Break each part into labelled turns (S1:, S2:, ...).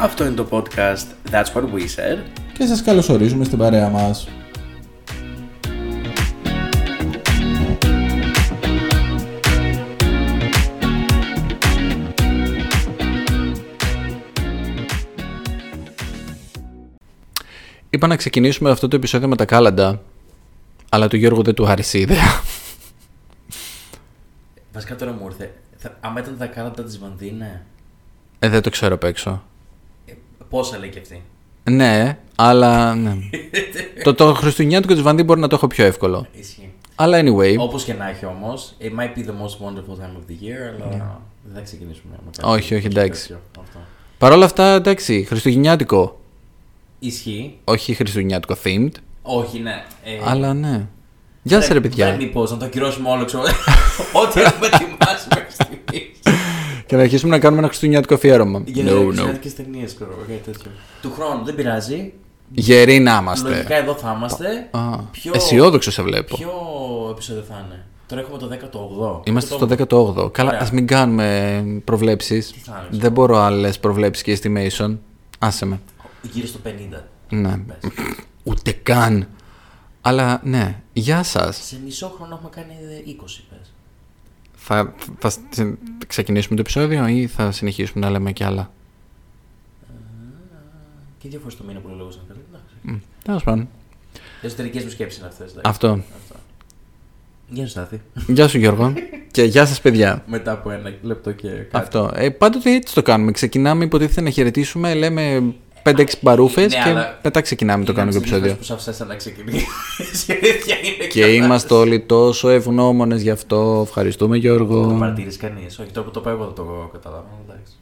S1: Αυτό είναι το podcast That's What We Said.
S2: και σας καλωσορίζουμε στην παρέα μας.
S3: Είπα να ξεκινήσουμε αυτό το επεισόδιο με τα κάλαντα, αλλά του Γιώργου δεν του άρεσε η ιδέα.
S1: Βασικά τώρα μου ήρθε. Θα- Άμα ήταν τα κάλαντα της Βανδίνα,
S3: Ε, δεν το ξέρω απ' έξω.
S1: πόσα λέει Ε, και αυτή.
S3: Ναι, αλλά. Ναι. το, το Χριστουγεννιάτικο της Βανδί μπορεί να το έχω πιο εύκολο.
S1: Ισχύει.
S3: Αλλά anyway.
S1: Όπως και να έχει όμως, it might be the most wonderful time of the year, αλλά δεν θα ξεκινήσουμε με κάτι.
S3: Ναι. Όχι, όχι, εντάξει.
S1: τέτοιο. Αυτό.
S3: Παρ' όλα αυτά, εντάξει, Χριστουγεννιάτικο.
S1: Ισχύει.
S3: Όχι Χριστουγεννιάτικο themed,
S1: Όχι, ναι. Ε,
S3: αλλά ναι. Γεια σας, ρε παιδιά.
S1: Μήπως να το ακυρώσουμε όλο, ξέρω. Ό,τι έχουμε ετοιμάσει μέχρι στιγμής.
S3: Και να αρχίσουμε να κάνουμε ένα Χριστουγεννιάτικο αφιέρωμα.
S1: Για
S3: No,
S1: no,
S3: no.
S1: no. ταινίες, ξέρω εγώ, κάτι τέτοιο. Του χρόνου δεν πειράζει.
S3: Γεροί να είμαστε.
S1: Λογικά εδώ θα είμαστε.
S3: Α, αισιόδοξο σε βλέπω.
S1: Ποιο επεισόδιο θα είναι. Τώρα έχουμε το 18ο.
S3: Είμαστε
S1: Το-
S3: στο 18ο. Καλά,
S1: Ωραία.
S3: ας μην κάνουμε προβλέψεις.
S1: Τι θα είναι,
S3: Δεν μπορώ άλλες προβλέψεις και estimation. Άσε με.
S1: Γύρω στο 50.
S3: Ναι.
S1: Πες.
S3: Ούτε καν. Αλλά ναι, γεια σας.
S1: Σε μισό χρόνο έχουμε κάνει ε, 20 πες.
S3: Θα, θα συ- ξεκινήσουμε το επεισόδιο ή θα συνεχίσουμε να λέμε κι άλλα.
S1: Και δύο φορές το μήνα που λέω σαν καλά. Εντάξει.
S3: Τέλος πάντων.
S1: Εσωτερικές μου σκέψεις είναι αυτές. εντάξει.
S3: Αυτό.
S1: Αυτά. Γεια σου Στάθη.
S3: Γεια σου Γιώργο. και γεια σας, παιδιά.
S1: Μετά από ένα λεπτό και κάτι.
S3: Αυτό. Ε, πάντοτε έτσι το κάνουμε. Ξεκινάμε, υποτίθεται να χαιρετήσουμε, λέμε 5-6 μπαρούφε
S1: Ναι,
S3: και
S1: αλλά-
S3: μετά ξεκινάμε το
S1: Είναι
S3: κάνουμε
S1: από τις
S3: επεισόδιο.
S1: λίγες φορές που σα να ξεκινήσει. Η αλήθεια είναι
S3: Και
S1: καλά.
S3: είμαστε όλοι τόσο ευγνώμονες γι' αυτό. Ευχαριστούμε,
S1: Δεν το
S3: Γιώργο.
S1: παρατηρείς κανείς. Όχι, τώρα που το πάω εγώ δεν το καταλάβω. Εντάξει.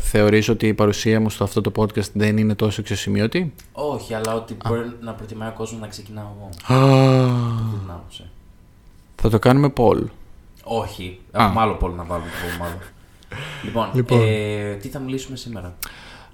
S3: Θεωρείς ότι η παρουσία μου στο αυτό το podcast δεν είναι τόσο εξωσημείωτη.
S1: Όχι, αλλά ότι μπορεί να προτιμάει ο κόσμος να ξεκινάω εγώ. Από την άποψη.
S3: Θα το κάνουμε poll.
S1: Όχι.
S3: Α.
S1: Έχουμε άλλο πόλο να βάλουμε το εβδομάδα. λοιπόν,
S3: Λοιπόν.
S1: Ε, τι θα μιλήσουμε σήμερα.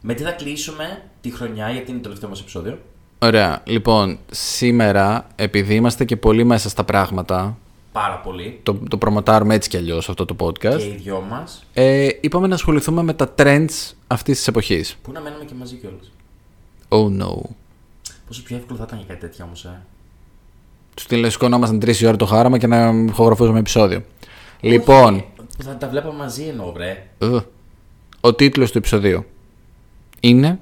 S1: Με τι θα κλείσουμε τη χρονιά, γιατί είναι το τελευταίο μας επεισόδιο.
S3: Ωραία. Λοιπόν, σήμερα, επειδή είμαστε και πολύ μέσα στα πράγματα,
S1: Πάρα πολύ.
S3: το, το προμοτάρουμε έτσι κι αλλιώς αυτό το podcast,
S1: Και οι δυο μας,
S3: ε, είπαμε να ασχοληθούμε με τα trends αυτής της εποχής.
S1: Πού να μένουμε και μαζί κιόλας.
S3: Oh no.
S1: Πόσο πιο εύκολο θα ήταν για κάτι τέτοιο όμως, ε.
S3: Του τηλεσκονόμασταν τρει ώρα το χάραμα και να ηχογραφούσαμε επεισόδιο. Λοιπόν,
S1: Που θα τα βλέπαμε μαζί εννοώ, βρε.
S3: Ε, Ο τίτλος του επεισοδίου είναι.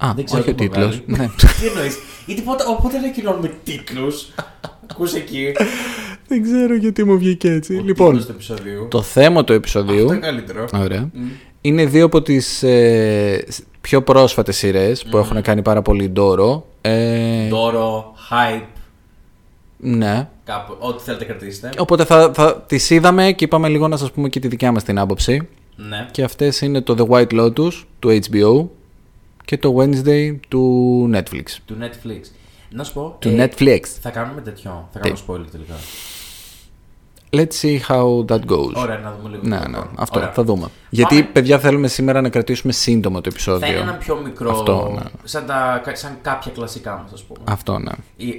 S3: Α,
S1: Δεν ξέρω
S3: όχι ο
S1: τι μου
S3: τίτλος.
S1: βγάλει.
S3: Ναι.
S1: τι εννοείς. Γιατί πότε, οπότε ανακοινώνουμε τίτλους. Ακούς εκεί.
S3: Δεν ξέρω γιατί μου βγήκε έτσι.
S1: Τίτλος του επεισόδιου.
S3: Λοιπόν. το Ναι. θέμα του
S1: Αυτό
S3: επεισοδίου.
S1: είναι καλύτερο.
S3: Ωραία. Είναι δύο από τις ε, σ- πιο πρόσφατες σειρές που έχουν κάνει πάρα πολύ ντόρο. Ε,
S1: Δώρο, hype,
S3: ναι.
S1: κάπου. Ό,τι θέλετε κρατήσετε.
S3: Οπότε θα, θα τις είδαμε και είπαμε λίγο να σας πούμε και τη δικιά μας την άποψη.
S1: Ναι.
S3: Και αυτές είναι το The White Lotus του HBO και το Wednesday του Netflix.
S1: Του Netflix. Να σου πω.
S3: Του
S1: ε,
S3: Netflix.
S1: Θα κάνουμε τέτοιο. Θα κάνουμε spoiler τελικά.
S3: Let's see how that goes.
S1: Ωραία, να δούμε λίγο.
S3: Ναι,
S1: το
S3: ναι,
S1: χρόνο.
S3: αυτό
S1: Ωραία.
S3: θα δούμε. Γιατί,
S1: Πάμε.
S3: παιδιά, θέλουμε σήμερα να κρατήσουμε σύντομα το
S1: Θα
S3: επεισόδιο.
S1: είναι ένα πιο μικρό.
S3: Αυτό, ναι.
S1: σαν, τα, σαν κάποια κλασικά μας, ας πούμε. ε,
S3: Αυτό, ναι.
S1: Ή,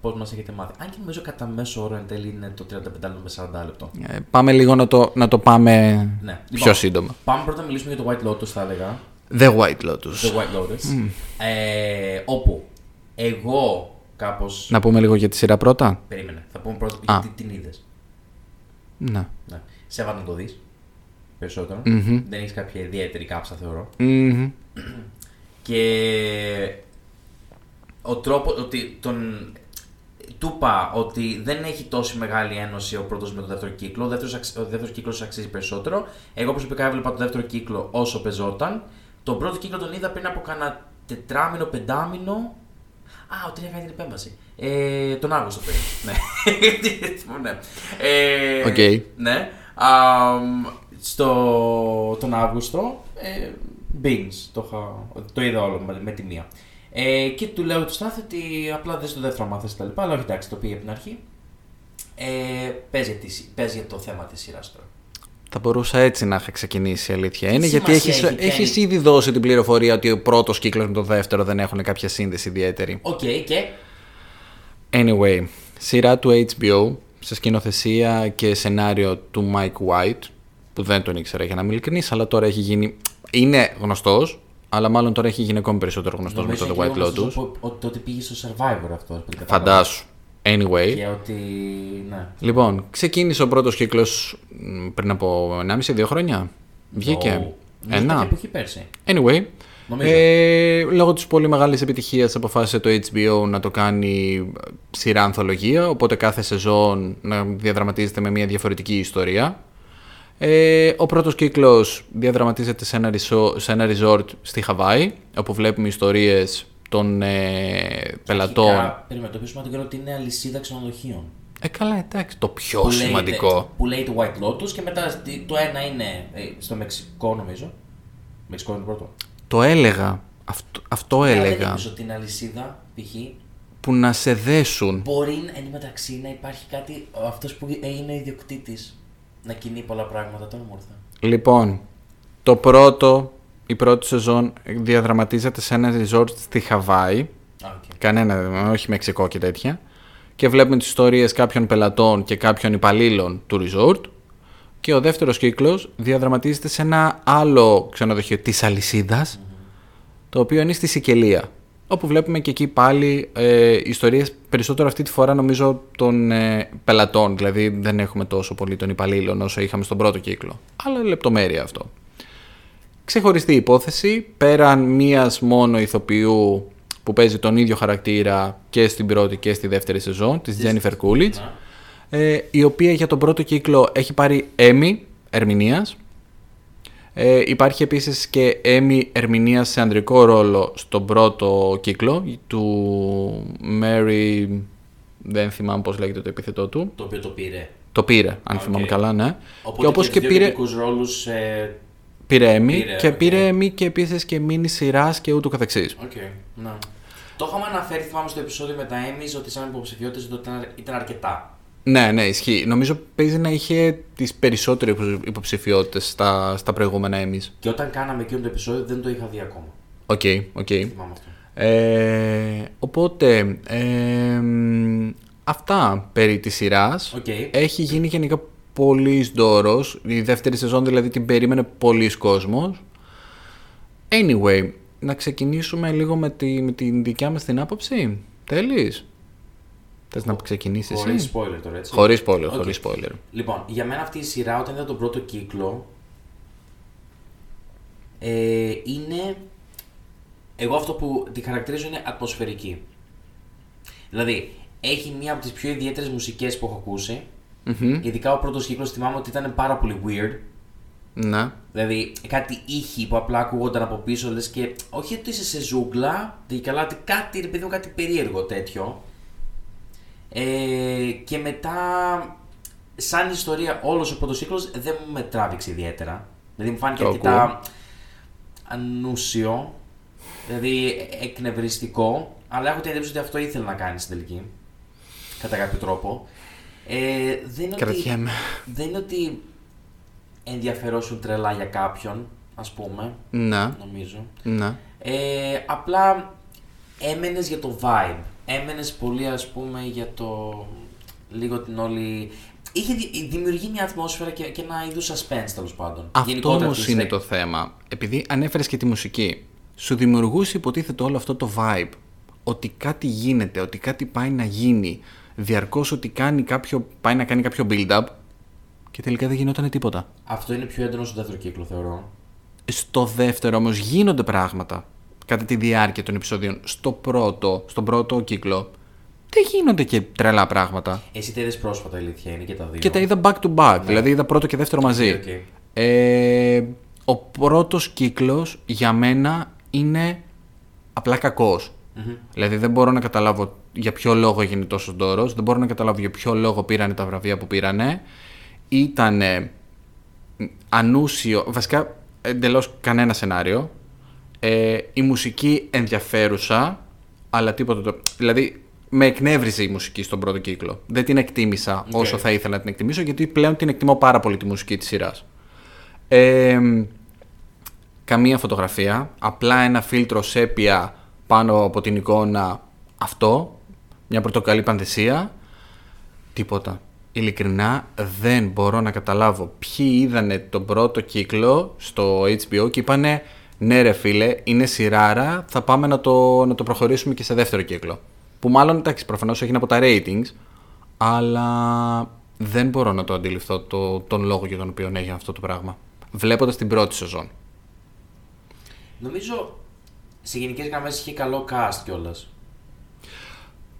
S1: πώ μα έχετε μάθει. Αν και νομίζω κατά μέσο όρο εν τέλει είναι το 35 λεπτό με 40 λεπτό.
S3: Ε, πάμε λίγο να το, να το πάμε
S1: Ναι.
S3: πιο
S1: Λοιπόν,
S3: σύντομα.
S1: Πάμε πρώτα να μιλήσουμε για το White Lotus, θα έλεγα.
S3: The White Lotus.
S1: The White Lotus. Ε, όπου εγώ κάπως.
S3: Να πούμε λίγο για τη σειρά πρώτα.
S1: Περίμενε. Θα πούμε πρώτα
S3: Α.
S1: γιατί την είδες.
S3: Ναι.
S1: Ναι. Σε βάτα να το δεις. περισσοτερο Δεν έχεις κάποια ιδιαίτερη κάψα, θεωρώ.
S3: Μμμ.
S1: Και ο τρόπο ότι τον. Του είπα ότι δεν έχει τόση μεγάλη ένωση ο πρώτος με τον δεύτερο κύκλο. Ο δεύτερος ο δεύτερος κύκλος αξίζει περισσότερο. Εγώ προσωπικά έβλεπα τον δεύτερο κύκλο όσο πεζόταν. Τον πρώτο κύκλο τον είδα πριν από κανένα τετράμινο, πεντάμινο. Α, ο Τρία κάνει την επέμβαση. Ε, τον Αύγουστο πριν. ναι. ναι. Ε,
S3: Οκ.
S1: ναι. Αμ, στο, τον Αύγουστο, ε, Beans, το, είχα- το είδα όλο με, με τη μία. Ε, και του λέω του Στάθη ότι απλά δες το δεύτερο μάθες και τα λοιπά, αλλά όχι εντάξει, το πήγε από την αρχή. Ε, πες, για τη σι- πες για το θέμα της σειράς τώρα.
S3: Θα μπορούσα έτσι να είχα ξεκινήσει, η αλήθεια είναι. Γιατί
S1: σημασία
S3: έχεις,
S1: έχει, ποια
S3: έχεις
S1: είναι?
S3: ήδη δώσει την πληροφορία ότι ο πρώτος κύκλος με το δεύτερο δεν έχουν κάποια σύνδεση ιδιαίτερη.
S1: Οκ, και
S3: Anyway, σειρά του HBO σε σκηνοθεσία και σενάριο του Mike White που δεν τον ήξερα για να είμαι ειλικρινής αλλά τώρα έχει γίνει είναι γνωστός, αλλά μάλλον τώρα έχει γίνει ακόμη περισσότερο γνωστός με το
S1: Νομίζω
S3: The White
S1: και λίγο
S3: Lotus.
S1: γνωστός ο- ο- Το ότι πήγε στο Survivor αυτός. από ό,τι κατάλαβα.
S3: Φαντάσου. Anyway.
S1: Και ότι. Ναι.
S3: Λοιπόν, ξεκίνησε ο πρώτος κύκλος πριν από 1,5-2 χρόνια. Βγήκε. Ένα.
S1: Που είχε πέρσι.
S3: Anyway.
S1: Νομίζω.
S3: Ε, λόγω της πολύ μεγάλης επιτυχίας αποφάσισε το HBO να το κάνει ε, σειρά ανθολογία οπότε κάθε σεζόν να διαδραματίζεται με μια διαφορετική ιστορία ε, ο πρώτος κύκλος διαδραματίζεται σε ένα, ρισο- σε ένα resort στη Χαβάη όπου βλέπουμε ιστορίες των ε, πελατών
S1: Αρχικά, Περίμενε, το πιο σημαντικό είναι ότι είναι αλυσίδα ξενοδοχείων.
S3: ε, καλά εντάξει, το πιο
S1: Που λέγεται-
S3: σημαντικό
S1: Που λέει το White Lotus και μετά στη- το ένα είναι ε, στο Μεξικό, νομίζω. Μεξικό είναι το πρώτο.
S3: το έλεγα, αυτό, αυτό
S1: Ε, Αλλά Δεν
S3: έλεγα
S1: νομίζω ότι είναι αλυσίδα, π.χ.
S3: που να σε δέσουν
S1: Μπορεί να- εν τω μεταξύ να υπάρχει κάτι. Αυτός που ε, είναι ιδιοκτήτης να κινεί πολλά πράγματα. Τώρα μου ήρθε.
S3: Λοιπόν, το πρώτο, η πρώτη σεζόν διαδραματίζεται σε ένα resort στη Χαβάη.
S1: Α, οκ.
S3: Κανένα, όχι Μεξικό και τέτοια. Και βλέπουμε τις ιστορίες κάποιων πελατών και κάποιων υπαλλήλων του resort. Και ο δεύτερος κύκλος διαδραματίζεται σε ένα άλλο ξενοδοχείο της αλυσιδας το οποίο είναι στη Σικελία. Όπου βλέπουμε και εκεί πάλι ε, ιστορίες περισσότερο αυτή τη φορά νομίζω των ε, πελατών. Δηλαδή δεν έχουμε τόσο πολύ των υπαλλήλων όσο είχαμε στον πρώτο κύκλο. Αλλά λεπτομέρεια αυτό. Ξεχωριστή υπόθεση, πέραν μίας μόνο ηθοποιού που παίζει τον ίδιο χαρακτήρα και στην πρώτη και στη δεύτερη σεζόν, της Jennifer Coolidge, ε, η οποία για τον πρώτο κύκλο έχει πάρει Emmy ερμηνείας. Ε, υπάρχει επίσης και Emmy ερμηνείας σε ανδρικό ρόλο στον πρώτο κύκλο του Mary... Δεν θυμάμαι πώς λέγεται το επίθετό του.
S1: Το οποίο το πήρε.
S3: Το πήρε, αν
S1: Οκ.
S3: θυμάμαι καλά, ναι.
S1: Οπότε
S3: και όπως και,
S1: δύο
S3: πήρε...
S1: κεντρικούς ρόλους, ε,
S3: Πήρε Emmy
S1: Πήρε,
S3: και
S1: οκ.
S3: πήρε Emmy και επίση και μήνυ σειράς και ούτω καθεξής.
S1: Οκ, ναι. Το είχαμε αναφέρει, θυμάμαι, στο επεισόδιο με τα Emmys ότι σαν υποψηφιότητες ήταν, ήταν αρκετά.
S3: Ναι, ναι, ισχύει. Νομίζω παίζει να είχε τις περισσότερες υποψηφιότητες στα, στα προηγούμενα Emmy.
S1: Και όταν κάναμε εκείνο το επεισόδιο δεν το είχα δει ακόμα.
S3: Οκ, οκ.
S1: Θυμάμαι αυτό.
S3: Ε, οπότε, ε, μ, αυτά περί της σειράς.
S1: Οκ.
S3: Έχει γίνει γενικά πολύς ντόρος. Η δεύτερη σεζόν δηλαδή την περίμενε πολλοί κόσμος. Anyway, να ξεκινήσουμε λίγο με, τη, με την δικιά μας την άποψη. Θέλεις? Θες να ξεκινήσεις
S1: Χωρί
S3: εσύ?
S1: spoiler τώρα, έτσι.
S3: Χωρίς spoiler,
S1: Οκ.
S3: χωρίς spoiler.
S1: Λοιπόν, για μένα αυτή η σειρά όταν είδα τον πρώτο κύκλο. Ε, είναι. Εγώ αυτό που τη χαρακτηρίζω είναι ατμοσφαιρική. Δηλαδή, έχει μία από τις πιο ιδιαίτερες μουσικές που έχω ακούσει.
S3: Μμμ.
S1: Ειδικά ο πρώτος κύκλο θυμάμαι ότι ήταν πάρα πολύ weird.
S3: Ναι.
S1: Δηλαδή κάτι ήχοι που απλά ακούγονταν από πίσω λες και όχι ότι είσαι σε ζούγκλα, δηλαδή καλά ότι κάτι, ρε παιδί μου, κάτι περίεργο τέτοιο. Ε, και μετά, σαν ιστορία, όλος ο πρώτος κύκλος δεν μου με τράβηξε ιδιαίτερα. Δηλαδή μου φάνηκε
S3: Το ακούω.
S1: αρκετά ανούσιο, δηλαδή εκνευριστικό, αλλά έχω την εντύπωση ότι αυτό ήθελε να κάνει στην τελική, κατά κάποιο τρόπο. Ε, δεν είναι
S3: Κρατιέμαι.
S1: Ότι, δεν είναι ότι ενδιαφερόσουν τρελά για κάποιον, ας πούμε,
S3: Ναι.
S1: νομίζω.
S3: Ναι.
S1: Ε, απλά έμενες για το vibe. Έμενες πολύ, ας πούμε, για το... λίγο την όλη... Είχε δη- δημιουργεί μια ατμόσφαιρα και, και ένα είδους suspense, τέλος πάντων.
S3: Αυτό
S1: Γενικότερα
S3: όμως
S1: της
S3: είναι
S1: σεκ.
S3: το θέμα. Επειδή ανέφερε και τη μουσική, σου δημιουργούσε υποτίθεται όλο αυτό το vibe. Ότι κάτι γίνεται, ότι κάτι πάει να γίνει. Διαρκώς ότι κάνει κάποιο, πάει να κάνει κάποιο build-up και τελικά δεν γινόταν τίποτα.
S1: Αυτό είναι πιο έντονο στον δεύτερο κύκλο, θεωρώ.
S3: Στο δεύτερο όμως γίνονται πράγματα κατά τη διάρκεια των επεισοδίων. Στο πρώτο, στον πρώτο κύκλο, δεν γίνονται και τρελά πράγματα.
S1: Εσύ τα είδες πρόσφατα, η αλήθεια είναι, και τα δύο.
S3: Και τα είδα back to back, δηλαδή είδα πρώτο και δεύτερο μαζί.
S1: Ναι. Οκ, οκ.
S3: Ε, ο πρώτος κύκλος για μένα είναι απλά κακός. Δηλαδή δεν μπορώ να καταλάβω για ποιο λόγο έγινε τόσο ντόρος, δεν μπορώ να καταλάβω για ποιο λόγο πήρανε τα βραβεία που πήρανε. Ήτανε ανούσιο, βασικά εντελώς κανένα σενάριο. Ε, η μουσική ενδιαφέρουσα, αλλά τίποτα το... Δηλαδή με εκνεύριζε η μουσική στον πρώτο κύκλο. Δεν την εκτίμησα όσο θα ήθελα να την εκτιμήσω, γιατί πλέον την εκτιμώ πάρα πολύ τη μουσική της σειράς. Ε, καμία φωτογραφία, απλά ένα φίλτρο σέπια πάνω από την εικόνα αυτό, μια πορτοκαλί πανδεσία, τίποτα. ειλικρινά δεν μπορώ να καταλάβω ποιοι είδανε τον πρώτο κύκλο στο HBO και είπανε ναι ρε φίλε, είναι σειράρα, θα πάμε να το, να το προχωρήσουμε και σε δεύτερο κύκλο. Που μάλλον, εντάξει, προφανώς έγινε από τα ratings, αλλά δεν μπορώ να το αντιληφθώ το, τον λόγο για τον οποίο έγινε αυτό το πράγμα. Βλέποντας την πρώτη σεζόν.
S1: Νομίζω σε γενικές γραμμές είχε καλό cast κιόλας.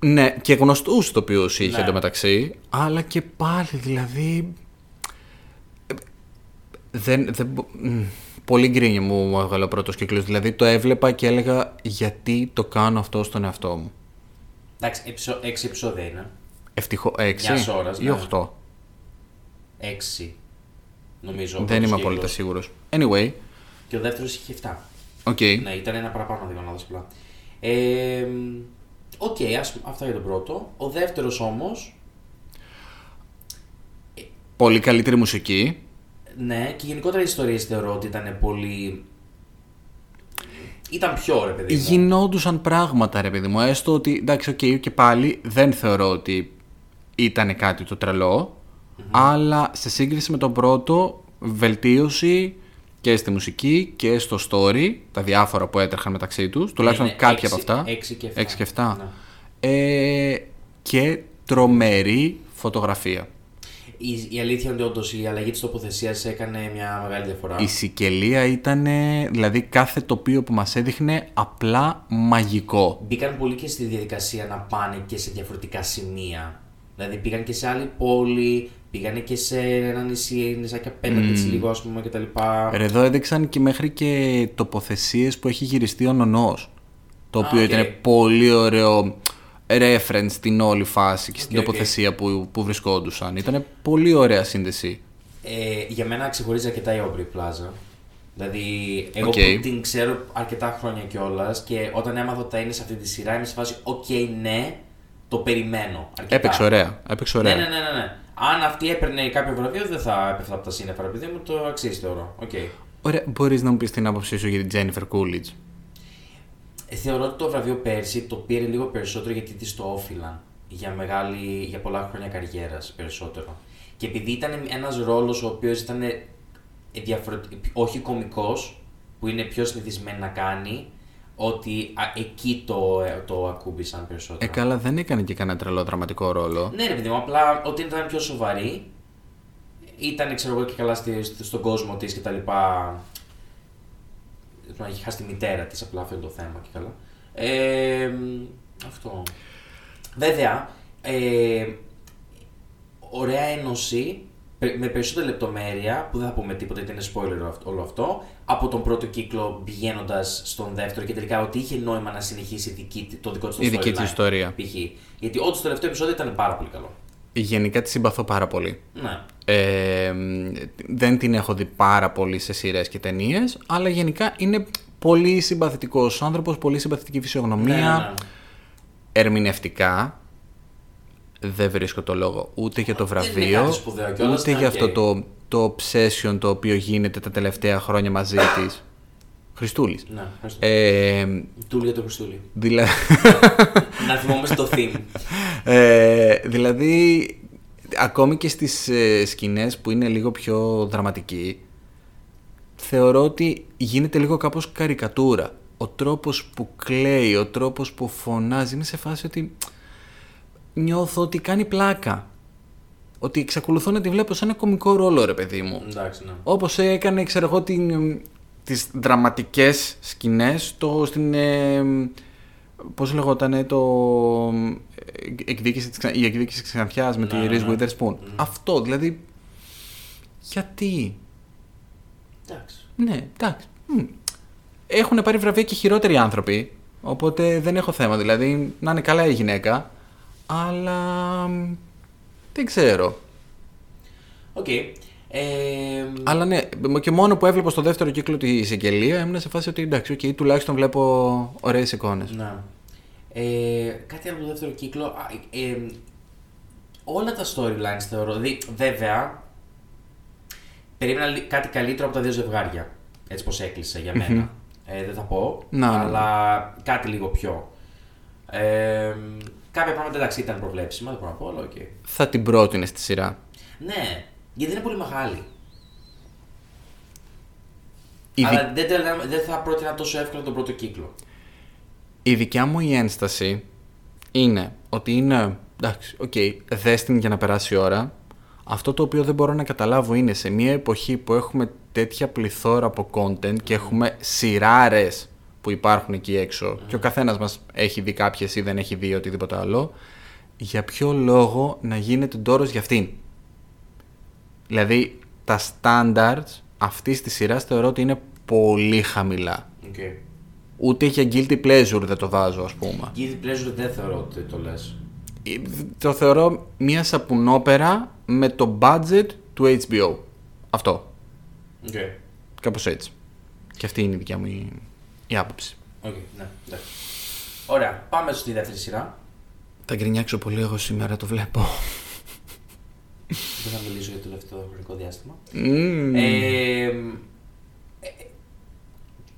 S3: Ναι, και γνωστού τοπίου είχε
S1: Ναι.
S3: εντωμεταξύ, αλλά και πάλι δηλαδή. ε, Δεν. δεν μπο- μ, πολύ γκρίνι μου έβγαλε ο πρώτος κύκλος. Δηλαδή το έβλεπα και έλεγα γιατί το κάνω αυτό στον εαυτό μου.
S1: Εντάξει, εψο- έξι επεισόδια είναι.
S3: Ευτυχώ. 6
S1: Μιας ώρας,
S3: ή
S1: ναι.
S3: 8.
S1: Έξι. Νομίζω. ο
S3: Δεν
S1: πρώτος
S3: είμαι
S1: κύκλος.
S3: απόλυτα σίγουρος. Anyway,
S1: Και ο δεύτερος είχε 7.
S3: οκ.
S1: Ναι, ήταν ένα παραπάνω δύο να απλά. Ε, μ, Οκ, ας- αυτά για τον πρώτο. Ο δεύτερος όμως.
S3: Πολύ καλύτερη μουσική.
S1: Ναι, και γενικότερα οι ιστορίες θεωρώ ότι ήταν πολύ. Ήταν πιο ρε παιδί. μου.
S3: Γινόντουσαν πράγματα, ρε παιδί μου. Έστω ότι εντάξει, οκ, και πάλι δεν θεωρώ ότι ήταν κάτι το τρελο αλλά σε σύγκριση με τον πρώτο, βελτίωση και στη μουσική και στο story, τα διάφορα που έτρεχαν μεταξύ τους, τουλάχιστον
S1: Είναι
S3: κάποια
S1: έξι-
S3: από αυτά.
S1: έξι και εφτά. Ναι.
S3: Έξι Ε, και τρομερή φωτογραφία.
S1: Η, η αλήθεια είναι ότι όντως η αλλαγή της τοποθεσίας έκανε μια μεγάλη διαφορά.
S3: Η σικελία ήταν, δηλαδή κάθε τοπίο που μας έδειχνε απλά μαγικό.
S1: Μπήκαν πολύ και στη διαδικασία να πάνε και σε διαφορετικά σημεία. Δηλαδή πήγαν και σε άλλη πόλη, πήγαν και σε ένα νησί, νησάκι απέναντι έτσι λίγο, ας πούμε, κτλ.
S3: Mm. Ρε, εδώ έδειξαν και μέχρι και τοποθεσίες που έχει γυριστεί ο Νονός Το οποίο
S1: οκ.
S3: ήταν πολύ ωραίο reference στην όλη φάση και στην
S1: Οκ, οκ.
S3: τοποθεσία που, που βρισκόντουσαν. Ήταν πολύ ωραία σύνδεση.
S1: Ε, για μένα ξεχωρίζει αρκετά η Όμπρι Πλάζα. Δηλαδή, εγώ
S3: Οκ.
S1: που την ξέρω αρκετά χρόνια κιόλας και όταν έμαθα ότι θα είναι σε αυτή τη σειρά, είμαι σε φάση, οκ, ναι, το περιμένω. Αρκετά.
S3: Έπαιξε ωραία. Έπαιξε ωραία.
S1: Ναι, ναι, ναι, ναι, ναι. Αν αυτή έπαιρνε κάποιο βραβείο, δεν θα έπεφτα από τα σύννεφα, ρε παιδί μου το αξίζει θεωρώ. Okay.
S3: Ωραία, μπορείς να μου πεις την άποψή σου για την Τζένιφερ Κούλιτζ.
S1: Ε, Θεωρώ ότι το βραβείο πέρσι το πήρε λίγο περισσότερο γιατί της το όφυλαν για, μεγάλη, για πολλά χρόνια καριέρας περισσότερο. Και επειδή ήταν ένας ρόλος ο οποίος ήταν ε, διαφορε- όχι κωμικό, που είναι πιο συνηθισμένο να κάνει, ότι α, εκεί το, ε, το ακούμπησαν
S3: Ε,
S1: περισσότερο.
S3: καλά, δεν έκανε και κανένα τρελό δραματικό ρόλο.
S1: Ναι, ρε παιδί μου, απλά ότι ήταν πιο σοβαρή, ήταν ξέρω εγώ και καλά στη, στο- στον κόσμο της κτλ. Να έχει χάσει τη μητέρα της, απλά αυτό είναι το θέμα και καλά. Ε, μ, αυτό. Βέβαια, ε, ωραία ένωση πε- με περισσότερη λεπτομέρεια, που δεν θα πούμε τίποτα γιατί είναι spoiler αυ- όλο αυτό, από τον πρώτο κύκλο πηγαίνοντας στον δεύτερο και τελικά ότι είχε νόημα να συνεχίσει η δική τη- το δικό της
S3: Η δική της ιστορία.
S1: Π.χ. Γιατί όντως το τελευταίο επεισόδιο ήταν πάρα πολύ καλό.
S3: Γενικά τη συμπαθώ πάρα πολύ.
S1: Ναι.
S3: Ε, μ, δεν την έχω δει πάρα πολύ σε σειρές και ταινίες, αλλά γενικά είναι πολύ συμπαθητικός άνθρωπος, πολύ συμπαθητική φυσιογνωμία.
S1: Ναι, ναι, ναι.
S3: Ερμηνευτικά δεν βρίσκω το λόγο ούτε για το
S1: Δεν είναι
S3: βραβείο,
S1: κάτι σπουδαίο κιόλας,
S3: ούτε
S1: ναι,
S3: για
S1: οκ.
S3: αυτό το, το obsession το οποίο γίνεται τα τελευταία χρόνια μαζί της. Χριστούλης.
S1: Ναι, ευχαριστώ.
S3: Ε,
S1: Τούλ για το Χριστούλη.
S3: δηλα...
S1: να θυμόμαστε το theme.
S3: Ε, δηλαδή, ακόμη και στις ε, σκηνές που είναι λίγο πιο δραματική, θεωρώ ότι γίνεται λίγο κάπως καρικατούρα. Ο τρόπος που κλαίει, ο τρόπος που φωνάζει, είμαι σε φάση ότι νιώθω ότι κάνει πλάκα. Ότι εξακολουθώ να τη βλέπω σαν ένα κωμικό ρόλο, ρε παιδί μου.
S1: Εντάξει, ναι.
S3: Όπως έκανε, ξέρω εγώ, την, τις δραματικές σκηνές το, στην... Ε, πώς λεγότανε το... ε, εκδίκηση της, Ξα- η εκδίκηση της Ξανθιάς με τη
S1: Ναι, ναι,
S3: Reese
S1: ναι.
S3: Witherspoon. Αυτό, δηλαδή... Γιατί...
S1: Εντάξει.
S3: Ναι, εντάξει. μμ. Έχουν πάρει βραβεία και χειρότεροι άνθρωποι. Οπότε δεν έχω θέμα. Δηλαδή, να είναι καλά η γυναίκα. Αλλά. μ, Δεν ξέρω.
S1: Οκ. Ε,
S3: Αλλά ναι, και μόνο που έβλεπα στο δεύτερο κύκλο τη εισαγγελία ήμουν σε φάση ότι εντάξει, οκ, τουλάχιστον βλέπω ωραίες εικόνες.
S1: Ναι. Ε, κάτι άλλο από το δεύτερο κύκλο. Α, ε, ε, όλα τα storylines θεωρώ. Δηλαδή, βέβαια, περίμενα λι- κάτι καλύτερο από τα δύο ζευγάρια. Έτσι πως έκλεισε για μένα. Ε, δεν θα πω,
S3: Να, ναι, ναι.
S1: αλλά κάτι λίγο πιο. Ε, Κάποια πράγματα εντάξει ήταν προβλέψιμα, δεν μπορώ να πω, αλλά οκ.
S3: Θα την πρότεινες στη σειρά.
S1: Ναι, γιατί είναι πολύ μεγάλη.
S3: Η, δι-
S1: Αλλά δεν, τελε- δεν θα πρότεινα τόσο εύκολα τον πρώτο κύκλο.
S3: η δικιά μου η ένσταση είναι ότι είναι. Εντάξει, οκ, δες την για να περάσει η ώρα. Αυτό το οποίο δεν μπορώ να καταλάβω είναι σε μια εποχή που έχουμε τέτοια πληθώρα από content και έχουμε σειράρες που υπάρχουν εκεί έξω και ο καθένας μας έχει δει κάποιες ή δεν έχει δει ή οτιδήποτε άλλο. Για ποιο λόγο να γίνεται ντόρος για αυτήν. Δηλαδή, τα standards αυτής της σειράς θεωρώ ότι είναι πολύ χαμηλά.
S1: Okay.
S3: Ούτε για guilty pleasure δεν το βάζω, ας πούμε.
S1: Guilty pleasure δεν θεωρώ ότι το λες.
S3: Ε, Το θεωρώ μια σαπουνόπερα με το budget του HBO. Αυτό.
S1: Okay.
S3: Κάπως έτσι. Και αυτή είναι η δικιά μου η, η άποψη.
S1: Οκ, ναι, εντάξει. Ωραία, πάμε στη δεύτερη σειρά.
S3: Θα γκρινιάξω πολύ εγώ σήμερα, το βλέπω.
S1: Δεν θα μιλήσω για το τελευταίο χρονικό διάστημα.
S3: Mm.
S1: Ε, ε,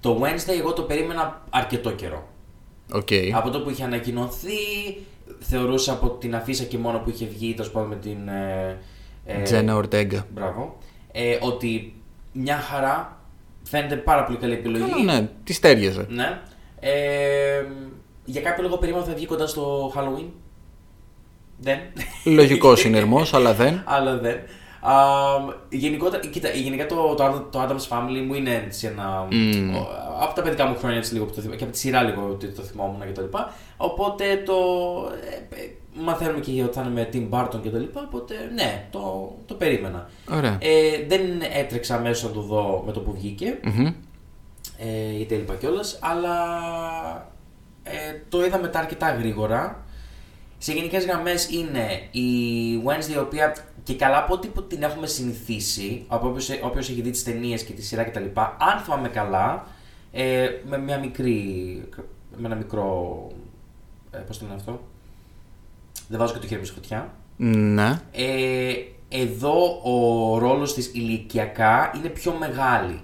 S1: το Wednesday εγώ το περίμενα αρκετό καιρό.
S3: Οκ.
S1: Από το που είχε ανακοινωθεί, θεωρούσα από την αφίσα και μόνο που είχε βγει, τέλος πάντων με την. ε, ε,
S3: Τζένα Ορτέγκα.
S1: Μπράβο. Ε, ότι μια χαρά φαίνεται πάρα πολύ καλή επιλογή.
S3: Καλά, ναι, τη στέριαζε.
S1: Ναι. Ε, για κάποιο λόγο περίμενα ότι θα βγει κοντά στο Halloween. Δεν.
S3: Λογικός συνειρμός, αλλά δεν.
S1: Αλλά δεν. Α, γενικότερα, κοίτα, γενικά το, το, Adam- το Adam's Family μου είναι έτσι ένα.
S3: Μμμ.
S1: ο- Από τα παιδικά μου χρόνια έτσι λίγο που το θυμάμαι και από τη σειρά λίγο ότι το θυμόμουν και τα λοιπά. Οπότε το. ε, ε, μαθαίνουμε και ότι θα είναι με Tim Burton και τα λοιπά. Οπότε ναι, το, το περίμενα.
S3: Ωραία.
S1: Ε, δεν έτρεξα αμέσως να το δω με το που βγήκε
S3: Μμμ.
S1: ε, γιατί έλειπα κιόλας, αλλά ε, το είδα μετά αρκετά γρήγορα. Σε γενικές γραμμές είναι η Wednesday, η οποία και καλά από ό,τι που την έχουμε συνηθίσει, από όποιος, όποιος έχει δει τις ταινίες και τη σειρά κτλ. Αν θυμάμαι καλά, ε, με, μια μικρή, με ένα μικρό. Ε, Πώς το λένε αυτό. Δεν βάζω και το χέρι μου στη φωτιά.
S3: Ναι.
S1: Ε, εδώ ο ρόλος της ηλικιακά είναι πιο μεγάλη.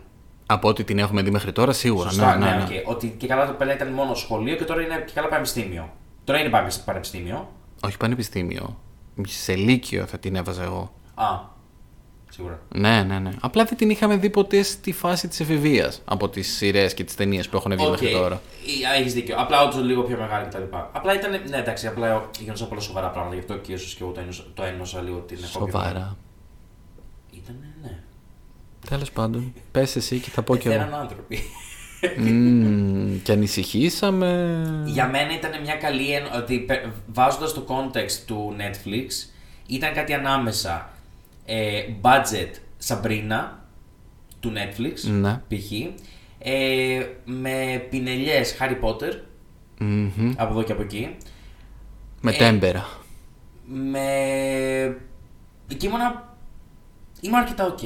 S3: Από ό,τι την έχουμε δει μέχρι τώρα, σίγουρα.
S1: Σωστά,
S3: ναι,
S1: ναι,
S3: ναι, ναι.
S1: οκ. Ότι και καλά το πέλα ήταν μόνο σχολείο και τώρα είναι και καλά πανεπιστήμιο. Τώρα είναι πάνε- πανεπιστήμιο.
S3: Όχι πανεπιστήμιο. Σε λύκειο θα την έβαζα εγώ.
S1: Α, σίγουρα.
S3: Ναι, ναι, ναι. Απλά δεν την είχαμε δει ποτέ στη φάση της εφηβείας από τις σειρές και τις ταινίες που έχουν βγει μέχρι τώρα.
S1: Έχει Ε, δίκιο. Απλά όντως λίγο πιο μεγάλη κτλ. Απλά ήταν. Ναι, εντάξει, απλά γίνονταν πολλά σοβαρά πράγματα. Γι' αυτό και ίσως και εγώ το ένιωσα, το ένιωσα λίγο την επόμενη.
S3: Σοβαρά.
S1: Ήταν, ναι.
S3: Τέλος πάντων, πες εσύ και θα πω κι εγώ.
S1: Πεθαίναν άνθρωποι.
S3: Μμμ, και ανησυχήσαμε.
S1: Για μένα ήταν μια καλή. εν- Ότι βάζοντας το context του Netflix, ήταν κάτι ανάμεσα. Ε, budget Sabrina του Netflix.
S3: Ναι.
S1: π.χ. Ε, με πινελιές Harry Potter,
S3: Μμμ.
S1: από εδώ και από εκεί. Ε.
S3: Με τέμπερα.
S1: Με... Εκεί ήμουνα... Είμαι αρκετά οκ.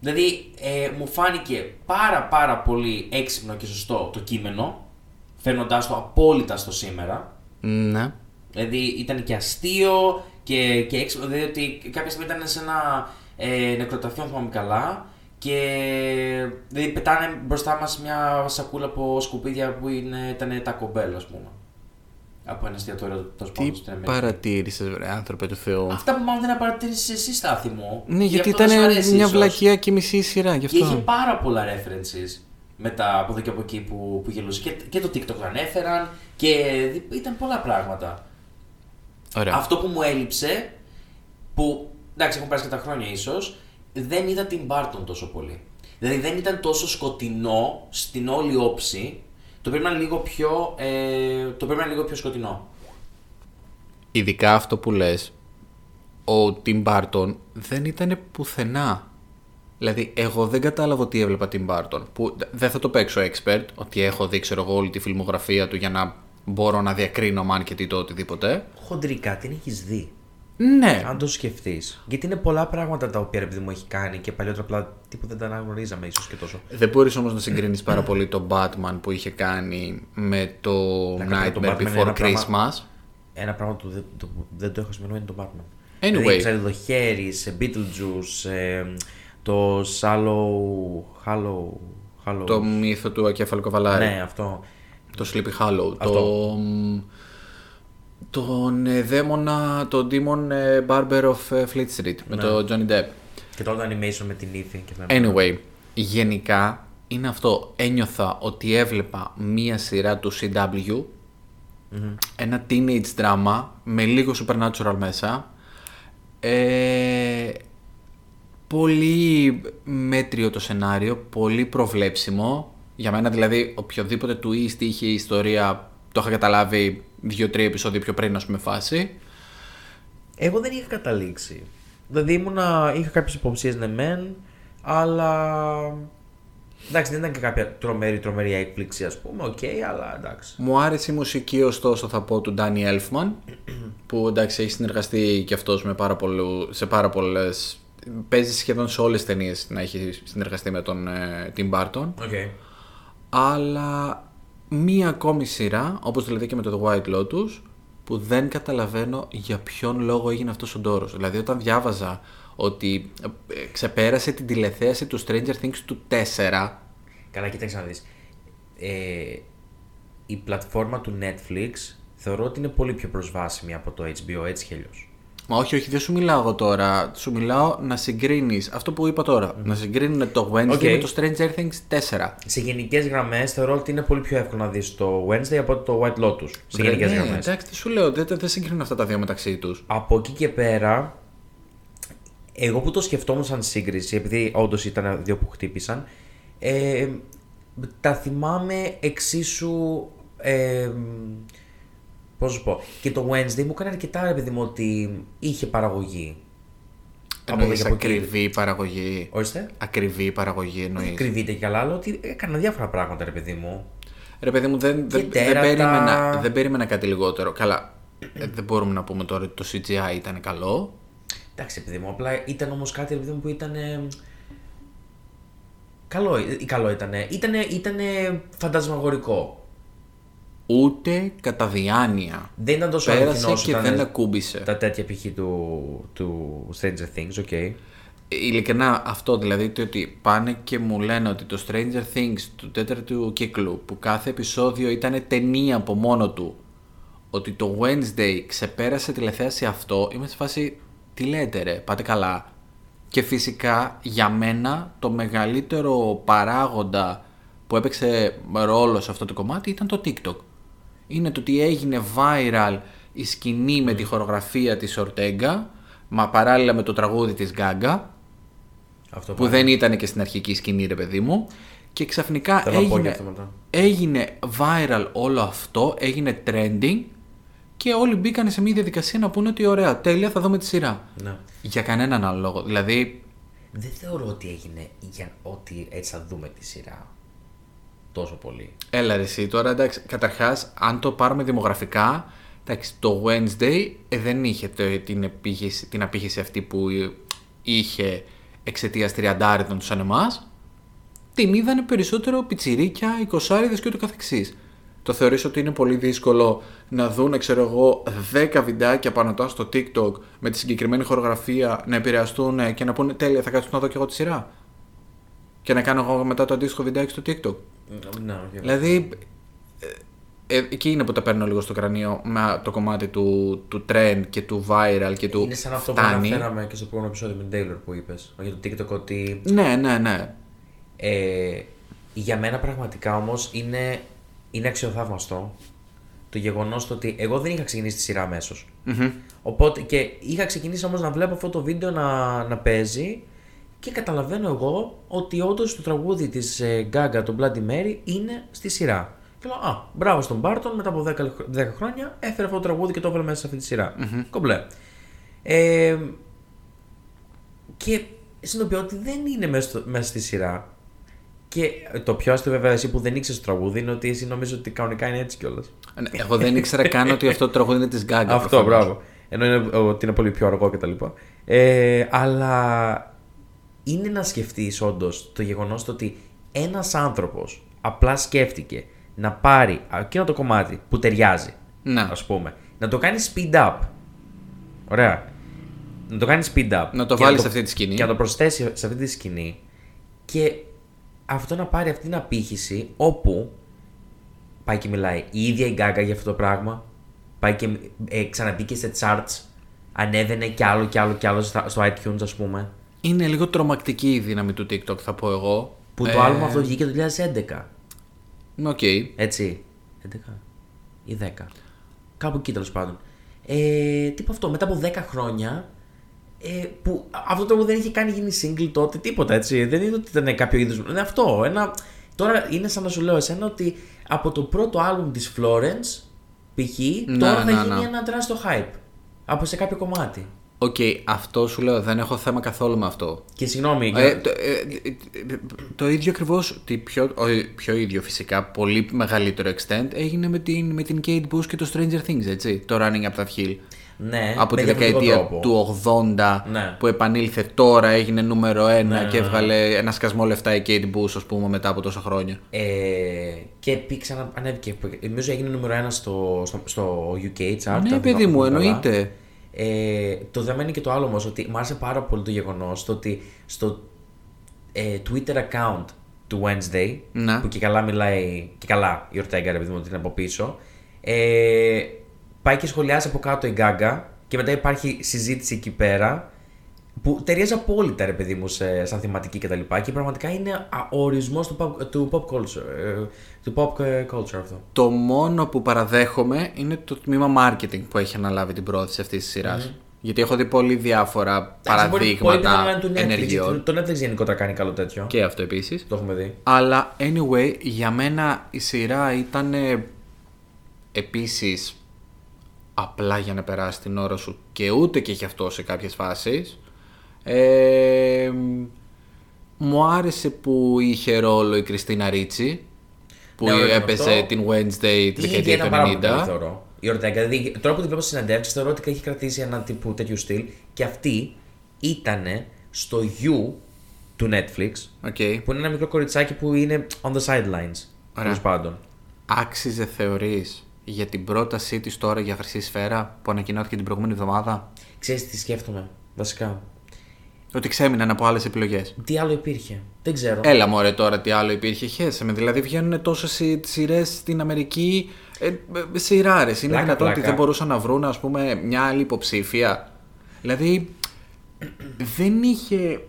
S1: Δηλαδή, ε, μου φάνηκε πάρα πάρα πολύ έξυπνο και σωστό το κείμενο, φέρνοντάς το απόλυτα στο σήμερα.
S3: Ναι.
S1: Δηλαδή, ήταν και αστείο και, και έξυπνο, δηλαδή ότι κάποια στιγμή ήταν σε ένα ε, νεκροταφείο, αν θυμάμαι καλά, και δηλαδή πετάνε μπροστά μας μια σακούλα από σκουπίδια που είναι, ήταν τα κομπέλ, ας πούμε. Από ένα εστιατόριο τόσο
S3: Τι
S1: πάνω στην Αμερική.
S3: παρατήρησες, βρε άνθρωπε του Θεού.
S1: Αυτά που μάλλον δεν παρατήρησες εσύ, Στάθη μου.
S3: Ναι,
S1: Γι'
S3: γιατί
S1: αυτό δεν
S3: ήταν
S1: σου αρέσει
S3: μια
S1: ίσως.
S3: βλακεία και μισή σειρά γι'
S1: Και είχε
S3: αυτό.
S1: πάρα πολλά references μετά από εδώ και από εκεί που, που γελούσε. Και, και το TikTok το ανέφεραν και δι- ήταν πολλά πράγματα.
S3: Ωραία.
S1: Αυτό που μου έλειψε, που εντάξει έχουν περάσει και τα χρόνια ίσως, δεν είδα την Μπάρτον τόσο πολύ. Δηλαδή δεν ήταν τόσο σκοτεινό στην όλη όψη. Το περίμενα λίγο πιο, ε, το περίμενα λίγο πιο σκοτεινό.
S3: Ειδικά αυτό που λες, ο Τιμ Μπάρτον δεν ήταν πουθενά. Δηλαδή, εγώ δεν κατάλαβα τι έβλεπα Τιμ Μπάρτον. Που δε- δεν θα το παίξω expert, ότι έχω δει, ξέρω εγώ, όλη τη φιλμογραφία του για να μπορώ να διακρίνω μαν και τι το οτιδήποτε.
S1: Χοντρικά την έχεις δει.
S3: Ναι,
S1: Αν το σκεφτείς. Γιατί είναι πολλά πράγματα τα οποία ρε παιδί μου έχει κάνει και παλιότερα απλά τύπου δεν τα αναγνωρίζαμε ίσως και τόσο.
S3: δεν μπορείς όμως να συγκρίνεις πάρα πολύ τον Batman που είχε κάνει με το
S1: καλά, το
S3: Nightmare
S1: Batman είναι
S3: Before
S1: ένα πράγμα.
S3: Christmas.
S1: Ένα πράγμα που δεν το, δεν το έχω σημαίνει είναι το Batman.
S3: Anyway.
S1: Δηλαδή, ξέρει, το χέρι, σε Beetlejuice, ε, το Shallow. Hollow. Hollow.
S3: Το μύθο του Ακέφαλου Καβαλάρη.
S1: Ναι, αυτό.
S3: Το Sleepy Hollow. Το...
S1: Αυτό.
S3: μ, τον ε, δαίμονα, τον Demon ε, Barber of ε, Fleet Street με τον Johnny Depp.
S1: Και τώρα το animation με την ύφη και τα...
S3: Anyway, γενικά είναι αυτό. Ένιωθα ότι έβλεπα μία σειρά του CW, ένα teenage drama με λίγο supernatural μέσα, ε, πολύ μέτριο το σενάριο, πολύ προβλέψιμο. Για μένα δηλαδή οποιοδήποτε twist είχε η ιστορία το είχα καταλάβει δύο-τρία επεισόδια πιο πριν ας πούμε φάση.
S1: Εγώ δεν είχα καταλήξει. Δηλαδή ήμουνα, είχα κάποιες υποψίες ναι, μεν, αλλά. Εντάξει, δεν ήταν και κάποια τρομερή, τρομερή έκπληξη, ας πούμε. Οκ, αλλά εντάξει.
S3: Μου άρεσε η μουσική, ωστόσο, θα πω, του Ντάνι Έλφμαν, που εντάξει, έχει συνεργαστεί και αυτός με πάρα πολλού, σε πάρα πολλές. Παίζει σχεδόν σε όλες τις ταινίες να έχει συνεργαστεί με τον Τιμ Μπάρτον.
S1: Οκ.
S3: Αλλά μία ακόμη σειρά, όπως δηλαδή και με το The White Lotus, που δεν καταλαβαίνω για ποιον λόγο έγινε αυτός ο ντόρος. Δηλαδή όταν διάβαζα ότι ε, ε, ξεπέρασε την τηλεθέαση του Stranger Things του 4,
S1: Καλά, κοίταξε να δεις. Ε, η πλατφόρμα του Netflix θεωρώ ότι είναι πολύ πιο προσβάσιμη από το HBO, έτσι κι αλλιώς.
S3: Μα όχι, όχι, δεν σου μιλάω εγώ τώρα. Σου μιλάω να συγκρίνεις αυτό που είπα τώρα. Να συγκρίνουν το Wednesday
S1: Οκ.
S3: με το Stranger Things 4.
S1: Σε γενικές γραμμές θεωρώ ότι είναι πολύ πιο εύκολο να δεις το Wednesday από το White Lotus. Σε γενικές
S3: ναι,
S1: γραμμές.
S3: εντάξει, τι σου λέω, δεν, δεν συγκρίνω αυτά τα δύο μεταξύ τους.
S1: Από εκεί και πέρα, εγώ που το σκεφτόμουν σαν σύγκριση, επειδή όντως ήταν δύο που χτύπησαν, ε, τα θυμάμαι εξίσου. Ε, Πώς να σου πω. Και το Wednesday μου έκανε αρκετά, ρε παιδί μου, ότι είχε παραγωγή.
S3: Εννοείς
S1: εδώ και εκεί.
S3: ακριβή παραγωγή.
S1: Ορίστε.
S3: Ακριβή παραγωγή εννοείς.
S1: Κρυβείται κι άλλα, αλλά ότι έκανα διάφορα πράγματα, ρε παιδί μου.
S3: Ρε παιδί μου, δεν, δεν, δεν,
S1: τέρατα.
S3: περίμενα, δεν περίμενα κάτι λιγότερο. Καλά, ε, δεν μπορούμε να πούμε τώρα ότι το CGI ήταν καλό.
S1: Εντάξει, ρε παιδί μου, απλά ήταν όμως κάτι ρε παιδί μου, που ήταν. ε, Καλό, ε, καλό ήταν. Ήτανε, ήτανε φαντασμαγορικό.
S3: Ούτε κατά διάνοια.
S1: Δεν ήταν τόσο αληθινό
S3: Πέρασε
S1: όσο
S3: και
S1: ήταν
S3: δεν ακούμπησε.
S1: τα τέτοια π.χ. του, του Stranger Things, οκ.
S3: Ειλικρινά αυτό δηλαδή το ότι πάνε και μου λένε ότι το Stranger Things του τέταρτου κύκλου που κάθε επεισόδιο ήταν ταινία από μόνο του ότι το Wednesday ξεπέρασε τηλεθέαση αυτό είμαι σε φάση τι λέτε ρε πάτε καλά και φυσικά για μένα το μεγαλύτερο παράγοντα που έπαιξε ρόλο σε αυτό το κομμάτι ήταν το TikTok είναι το ότι έγινε viral η σκηνή με τη χορογραφία της Ορτέγκα μα παράλληλα με το τραγούδι της Γκάγκα
S1: Αυτό
S3: που δεν ήταν και στην αρχική σκηνή, ρε παιδί μου. Και ξαφνικά
S1: Θέλω να πω
S3: έγινε,
S1: για αυτό μετά.
S3: έγινε viral όλο αυτό, έγινε trending και όλοι μπήκαν σε μια διαδικασία να πούνε ότι ωραία, τέλεια, θα δούμε τη σειρά.
S1: Ναι.
S3: Για κανέναν άλλο λόγο. Δηλαδή,
S1: Δεν θεωρώ ότι έγινε για ότι έτσι θα δούμε τη σειρά. Τόσο πολύ.
S3: έλα ρε εσύ τώρα, εντάξει, καταρχάς, αν το πάρουμε δημογραφικά, εντάξει, το Wednesday ε, δεν είχε το- την, επίχυση, την απήχηση αυτή που είχε εξαιτίας τριαντάριδων τους σαν εμάς. την είδανε περισσότερο πιτσιρίκια, εικοσάριδες και ούτω καθεξής. Το θεωρείς ότι είναι πολύ δύσκολο να δουν, ξέρω εγώ, 10 βιντεάκια πάνω τώρα στο TikTok με τη συγκεκριμένη χορογραφία να επηρεαστούν ε, και να πούνε τέλεια θα κάτσω να δω και εγώ τη σειρά. Και να κάνω εγώ μετά το αντίστοιχο βιντεάκι στο TikTok.
S1: Ναι,
S3: Δηλαδή, ε, ε, εκεί είναι που τα παίρνω λίγο στο κρανίο με το κομμάτι του, του trend και του viral και του
S1: Είναι σαν αυτό
S3: φτάνει.
S1: που αναφέραμε και στο προηγούμενο επεισόδιο με τον Taylor που είπες. Για το TikTok ότι
S3: Ναι, ναι, ναι.
S1: Ε, για μένα πραγματικά όμως είναι, είναι αξιοθαύμαστο το γεγονός το ότι εγώ δεν είχα ξεκινήσει τη σειρά αμέσως. Οπότε και είχα ξεκινήσει όμως να βλέπω αυτό το βίντεο να, να παίζει και καταλαβαίνω εγώ ότι όντως το τραγούδι της ε, Gaga, το Bloody Mary, είναι στη σειρά. Και λέω, α, μπράβο στον Μπάρτον, μετά από 10, χρο- 10 χρόνια έφερε αυτό το τραγούδι και το έβαλε μέσα σε αυτή τη σειρα Κομπλέ. Ε, και συνειδητοποιώ ότι δεν είναι μέσα, στο- μέσα στη σειρά. Και το πιο αστείο βέβαια εσύ που δεν ήξερες το τραγούδι είναι ότι εσύ νομίζω ότι κανονικά είναι έτσι κιόλας.
S3: Ναι, Εγώ δεν ήξερα καν ότι αυτό το τραγούδι είναι της Γκάγκα.
S1: Αυτό, μπράβο. Ενώ είναι, ότι είναι πολύ πιο αργό κτλ. Ε, αλλά είναι να σκεφτείς όντως το γεγονός ότι ένας άνθρωπος απλά σκέφτηκε να πάρει εκείνο το κομμάτι που ταιριάζει.
S3: Να.
S1: Ας πούμε. Να το κάνει speed up. Ωραία. Να το κάνει speed up.
S3: Να το
S1: και
S3: βάλει σε αυτή τη σκηνή.
S1: Και να το προσθέσει σε αυτή τη σκηνή. Και αυτό να πάρει αυτή την απήχηση όπου πάει και μιλάει η ίδια η Γκάγκα για αυτό το πράγμα. πάει και ε, ξαναμπήκε σε charts, ανέβαινε κι άλλο κι άλλο κι άλλο στα- στο iTunes ας πούμε.
S3: Είναι λίγο τρομακτική η δύναμη του TikTok, θα πω εγώ.
S1: Που το άλμο αυτό βγήκε το 2011,
S3: Ναι, Οκ.
S1: έτσι, 11 ή 10, κάπου εκεί τέλος πάντων. Ε, τι είπα αυτό, μετά από 10 χρόνια, ε, που αυτό το δεν είχε καν γίνει single τότε, τίποτα έτσι, δεν είναι ότι ήταν κάποιο είδος, είναι αυτό, ένα... Τώρα είναι σαν να σου λέω εσένα ότι από το πρώτο άλμπουμ της Florence, π.χ. τώρα
S3: ναι,
S1: θα γίνει
S3: ναι.
S1: ένα τεράστιο hype. Από σε κάποιο κομμάτι.
S3: Οκ, αυτό σου λέω, δεν έχω θέμα καθόλου με αυτό.
S1: Και συγγνώμη. για-
S3: Ε, το, ε, ε, ε, το ίδιο ακριβώς. Πιο, ό, πιο ίδιο φυσικά, πολύ μεγαλύτερο extent έγινε με την, με την Kate Bush και το Stranger Things, έτσι. Το Running Up That Hill.
S1: ναι,
S3: από
S1: με
S3: τη
S1: διαφορετικό
S3: δεκαετία
S1: τρόπο.
S3: του 80
S1: Ναι.
S3: που επανήλθε τώρα, έγινε νούμερο 1 και έβγαλε ένα σκασμό λεφτά η Kate Bush, ας πούμε, μετά από τόσα χρόνια.
S1: Ε, και πει ξανα, ανέβηκε. Νομίζω έγινε νούμερο 1 στο, στο, στο UK chart.
S3: Ναι,
S1: αν
S3: παιδί μου,
S1: θυμάμαι καλά.
S3: εννοείται.
S1: Ε, το θέμα είναι και το άλλο όμως ότι μου άρεσε πάρα πολύ το γεγονός ότι στο ε, Twitter account του Wednesday
S3: Να.
S1: που και καλά μιλάει και καλά η Ορτέγκα ρε παιδί μου ότι είναι από πίσω ε, πάει και σχολιάζει από κάτω η Γκάγκα και μετά υπάρχει συζήτηση εκεί πέρα που ταιριάζει απόλυτα ρε παιδί μου σε, σαν θεματική και τα λοιπά και πραγματικά είναι α- ο ορισμός του pop, του pop culture ε, του pop ε, culture αυτό
S3: Το μόνο που παραδέχομαι είναι το τμήμα marketing που έχει αναλάβει την πρόθεση αυτής της σειράς. Γιατί έχω δει πολύ διάφορα
S1: Εντάξει, μπορεί- μπορεί και να
S3: παραδείγματα
S1: είναι του Netflix,
S3: ενεργειών.
S1: το Netflix γενικότερα κάνει καλό τέτοιο
S3: Και αυτό επίσης.
S1: το έχουμε δει
S3: Αλλά anyway, για μένα η σειρά ήταν επίσης απλά για να περάσει την ώρα σου και ούτε και γι' αυτό σε κάποιες φάσεις. Ε, μου άρεσε που είχε ρόλο η Κριστίνα Ρίτσι που
S1: Ναι, ωραίο
S3: έπαιζε
S1: αυτό.
S3: την Wednesday τη
S1: Είχε
S3: δεκαετία
S1: ένα πάρα πολύ
S3: του
S1: καλό
S3: 90.
S1: θεωρώ. Η Ορτέγκα, δηλαδή τώρα που τη βλέπω στι συνεντεύξει, θεωρώ ότι έχει κρατήσει ένα τύπου τέτοιου στυλ και αυτή ήταν στο U του Netflix,
S3: Okay.
S1: που είναι ένα μικρό κοριτσάκι που είναι on the sidelines.
S3: Ωραία.
S1: Τέλος πάντων.
S3: Άξιζε θεωρείς για την πρότασή της τώρα για χρυσή σφαίρα που ανακοινώθηκε την προηγούμενη εβδομάδα
S1: Ξέρεις τι σκέφτομαι, βασικά.
S3: ότι ξέμειναν από άλλες επιλογές.
S1: Τι άλλο υπήρχε. Δεν ξέρω.
S3: Έλα μωρέ τώρα τι άλλο υπήρχε, χέσε με. Δηλαδή βγαίνουν τόσες σειρές στην Αμερική, ε, ε, σειράρες. Είναι
S1: Πλάκα,
S3: δυνατόν ότι
S1: πλάκα.
S3: δεν μπορούσαν να βρουν, ας πούμε, μια άλλη υποψήφια. Δηλαδή, δεν είχε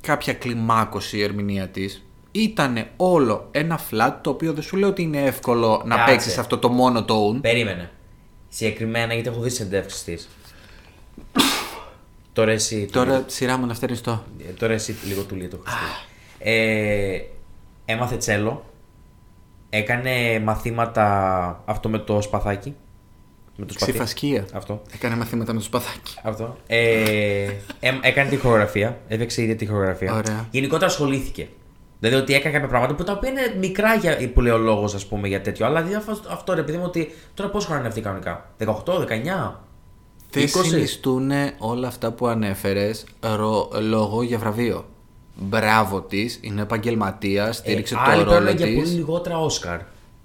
S3: κάποια κλιμάκωση η ερμηνεία της. Ήτανε όλο ένα φλατ το οποίο δεν σου λέω ότι είναι εύκολο να
S1: Κάτσε.
S3: παίξεις αυτό το μόνο tone.
S1: Περίμενε. Συγκεκριμένα γιατί έχω δει συνεντεύξει της. Τώρα εσύ.
S3: Τώρα σειρά μου να φτερνιστώ.
S1: Ε, Τώρα εσύ λίγο του λέει το Χριστό. Ε, έμαθε τσέλο. Έκανε μαθήματα αυτό με το σπαθάκι. Με το σπαθί.
S3: Ξυφασκία.
S1: Αυτό.
S3: Έκανε μαθήματα με το σπαθάκι.
S1: Αυτό. Ε, ε, έκανε τη χορογραφία. Έπαιξε η ίδια τη χορογραφία.
S3: Ωραία.
S1: Γενικότερα ασχολήθηκε. Δηλαδή ότι έκανε κάποια πράγματα που τα οποία είναι μικρά για, που λέει ο λόγος, ας πούμε, για τέτοιο. Αλλά δηλαδή αυτό- αυτό ρε παιδί μου ότι τώρα πόσο χρόνο είναι αυτή κανονικά. 18, 19.
S3: Δεν
S1: 20.
S3: συνιστούν όλα αυτά που ανέφερες λόγο για βραβείο. Μπράβο της, είναι επαγγελματίας, στήριξε
S1: Ε, άλλοι
S3: το ρόλο
S1: παίρνουν για
S3: της.
S1: πολύ λιγότερα Όσκαρ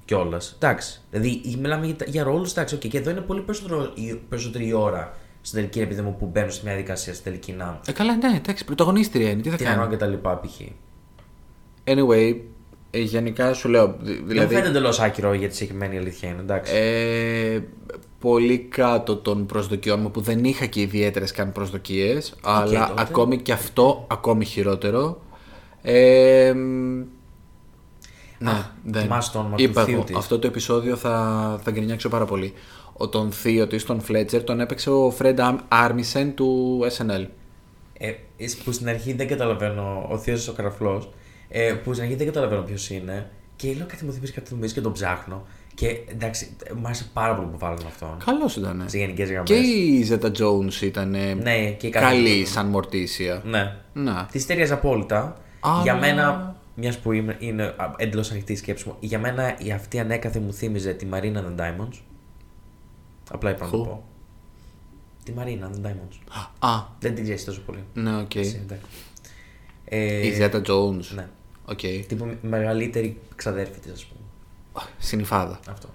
S1: κιόλας. Εντάξει. Δηλαδή, μιλάμε για, τα- για ρόλους, εντάξει, okay. και εδώ είναι πολύ περισσότερο, η- περισσότερη η ώρα στην τελική, επειδή μου που μπαίνουν στη μια δικασία στην τελική να.
S3: Ε, καλά, ναι, εντάξει, πρωταγωνίστρια είναι, τι θα
S1: Τι να κάνω
S3: κάνω.
S1: και τα λοιπά, π.χ.
S3: Anyway, ε, γενικά σου λέω. δη-
S1: Δεν μου
S3: Δηλαδή,
S1: φαίνεται εντελώς άκυρο για τη συγκεκριμένη αλήθεια είναι, εντάξει.
S3: ε, πολύ κάτω των προσδοκιών μου που δεν είχα και ιδιαίτερες καν προσδοκίες, αλλά
S1: τότε.
S3: ακόμη και αυτό ακόμη χειρότερο. Ε, μ, ναι, δεν.
S1: θυμάσαι το όνομα του
S3: Είπα
S1: θείου
S3: εγώ,
S1: της.
S3: Αυτό το επεισόδιο θα, θα γκρινιάξω πάρα πολύ. Ο τον θείο της, τον Φλέτσερ, τον έπαιξε ο Fred Arm- Armisen του SNL.
S1: Ε, ε, που στην αρχή δεν καταλαβαίνω, ο Θείος ο Καραφλός, ε, που στην αρχή δεν καταλαβαίνω ποιος είναι. Και λέω κάτι μου θυμίζει, κάτι μου θυμίζει και τον ψάχνω. Και εντάξει, ε, μου άρεσε πάρα πολύ που βάλουν αυτόν.
S3: Καλός ήταν.
S1: Σε γενικές γραμμές.
S3: Και η Zeta Jones ήταν
S1: Ναι, και η
S3: καλή
S1: καθηγήτρια.
S3: σαν μορτήσια.
S1: Ναι.
S3: Να.
S1: Τη στέριαζε απόλυτα.
S3: Αλλά-
S1: Για μένα, μιας που είμαι, είναι εντελώς ανοιχτή η σκέψη μου, για μένα η αυτή ανέκαθεν μου θύμιζε τη Marina and the Diamonds. Απλά είπα να το
S3: Who?
S1: πω. Τη Marina and the Diamonds.
S3: Α,
S1: Δεν την ξέρεις τόσο πολύ.
S3: ναι, οκ.
S1: Εσύ, εντάξει. Ε,
S3: Η Zeta Jones.
S1: ναι.
S3: Οκ.
S1: Τύπου μεγαλύτερη ξαδέρφη της, ας πούμε.
S3: Συνυφάδα.
S1: Αυτό.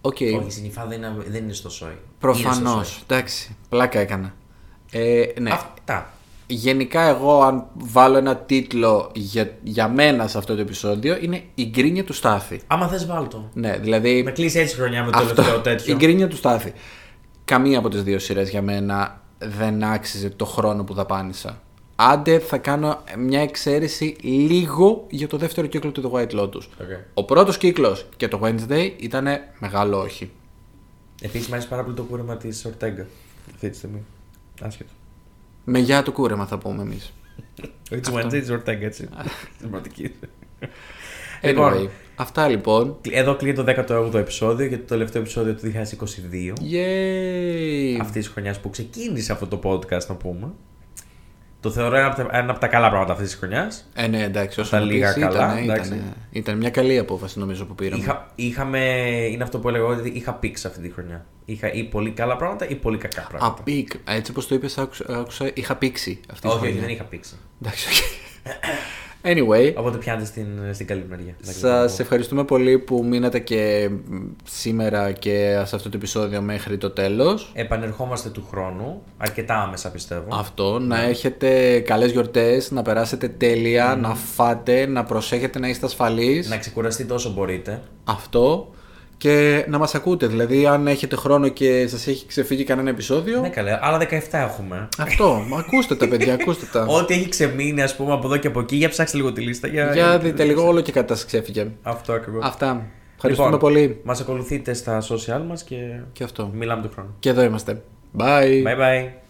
S3: Οκ.
S1: Όχι, στην Ιφά δεν, είναι- δεν είναι στο σόι. Είναι στο
S3: Προφανώς.
S1: σόι.
S3: Εντάξει. Πλάκα έκανα. Ε, ναι.
S1: Αυτά.
S3: Γενικά εγώ αν βάλω ένα τίτλο για, για μένα σε αυτό το επεισόδιο είναι «Η γκρίνια του Στάθη».
S1: Άμα θες, βάλ το.
S3: Ναι, δηλαδή...
S1: Να κλείσει έτσι χρονιά με το
S3: Αυτό,
S1: τελευταίο τέτοιο.
S3: Η γκρίνια του Στάθη. Καμία από τις δύο σειρές για μένα δεν άξιζε το χρόνο που δαπάνησα. Άντε θα κάνω μια εξαίρεση λίγο για το δεύτερο κύκλο του The White Lotus.
S1: Οκ.
S3: Ο πρώτος κύκλος και το Wednesday ήταν μεγάλο όχι.
S1: Επίσης, μ' άρεσε πάρα πολύ το κούρεμα της Ορτέγκα. Αυτή τη στιγμή. Άσχετο.
S3: Με γεια το κούρεμα θα πούμε εμείς.
S1: Όχι τη Wednesday, τη Ορτέγκα, έτσι. Στην πρωτική.
S3: Anyway,
S1: Λοιπόν.
S3: αυτά λοιπόν.
S1: Εδώ κλείνει το 18ο επεισόδιο και το τελευταίο επεισόδιο του 2022.
S3: Yay!
S1: αυτής της χρονιάς που ξεκίνησε αυτό το podcast, να πούμε. Το θεωρώ ένα από τα, ένα από τα καλά πράγματα αυτής της χρονιάς.
S3: Ε, ναι, εντάξει, όσο
S1: Τα
S3: να
S1: λίγα
S3: πεις,
S1: καλά,
S3: ήταν,
S1: εντάξει.
S3: ήταν, ήταν μια καλή απόφαση νομίζω που πήραμε.
S1: είχαμε, είναι αυτό που έλεγα ότι είχα πίξ αυτή τη χρονιά. Είχα ή πολύ καλά πράγματα ή πολύ κακά
S3: Α,
S1: πράγματα.
S3: πικ. Έτσι όπως το είπες, άκουσα, άκουσα- είχα πήξει αυτή τη
S1: όχι, όχι,
S3: χρονιά.
S1: δεν είχα πίξει.
S3: Εντάξει, οκ. Anyway,
S1: Οπότε πιάνετε στην, στην καλή μεριά. Εντάξει,
S3: σας ευχαριστούμε πολύ που μείνατε και μ, σήμερα και σε αυτό το επεισόδιο μέχρι το τέλος.
S1: Επανερχόμαστε του χρόνου, αρκετά άμεσα πιστεύω.
S3: Αυτό, να έχετε καλές γιορτές, να περάσετε τέλεια, να φάτε, να προσέχετε να είστε ασφαλείς.
S1: Να ξεκουραστείτε όσο μπορείτε.
S3: Αυτό και να μας ακούτε. Δηλαδή, αν έχετε χρόνο και σας έχει ξεφύγει κανένα επεισόδιο,
S1: Ναι, καλά, άλλα 17 έχουμε.
S3: αυτό, ακούστε τα παιδιά, ακούστε τα.
S1: Ό,τι έχει ξεμείνει, ας πούμε, από εδώ και από εκεί, για ψάξτε λίγο τη λίστα. Για,
S3: Για δείτε λίγο όλο και η κατάσταση ξέφυγε.
S1: Αυτό ακριβώς.
S3: Αυτά. Ευχαριστούμε
S1: Λοιπόν.
S3: πολύ.
S1: Μας ακολουθείτε στα social μας και
S3: Και αυτό.
S1: Ναι. μιλάμε του χρόνου.
S3: Και εδώ είμαστε. Bye.
S1: Bye bye.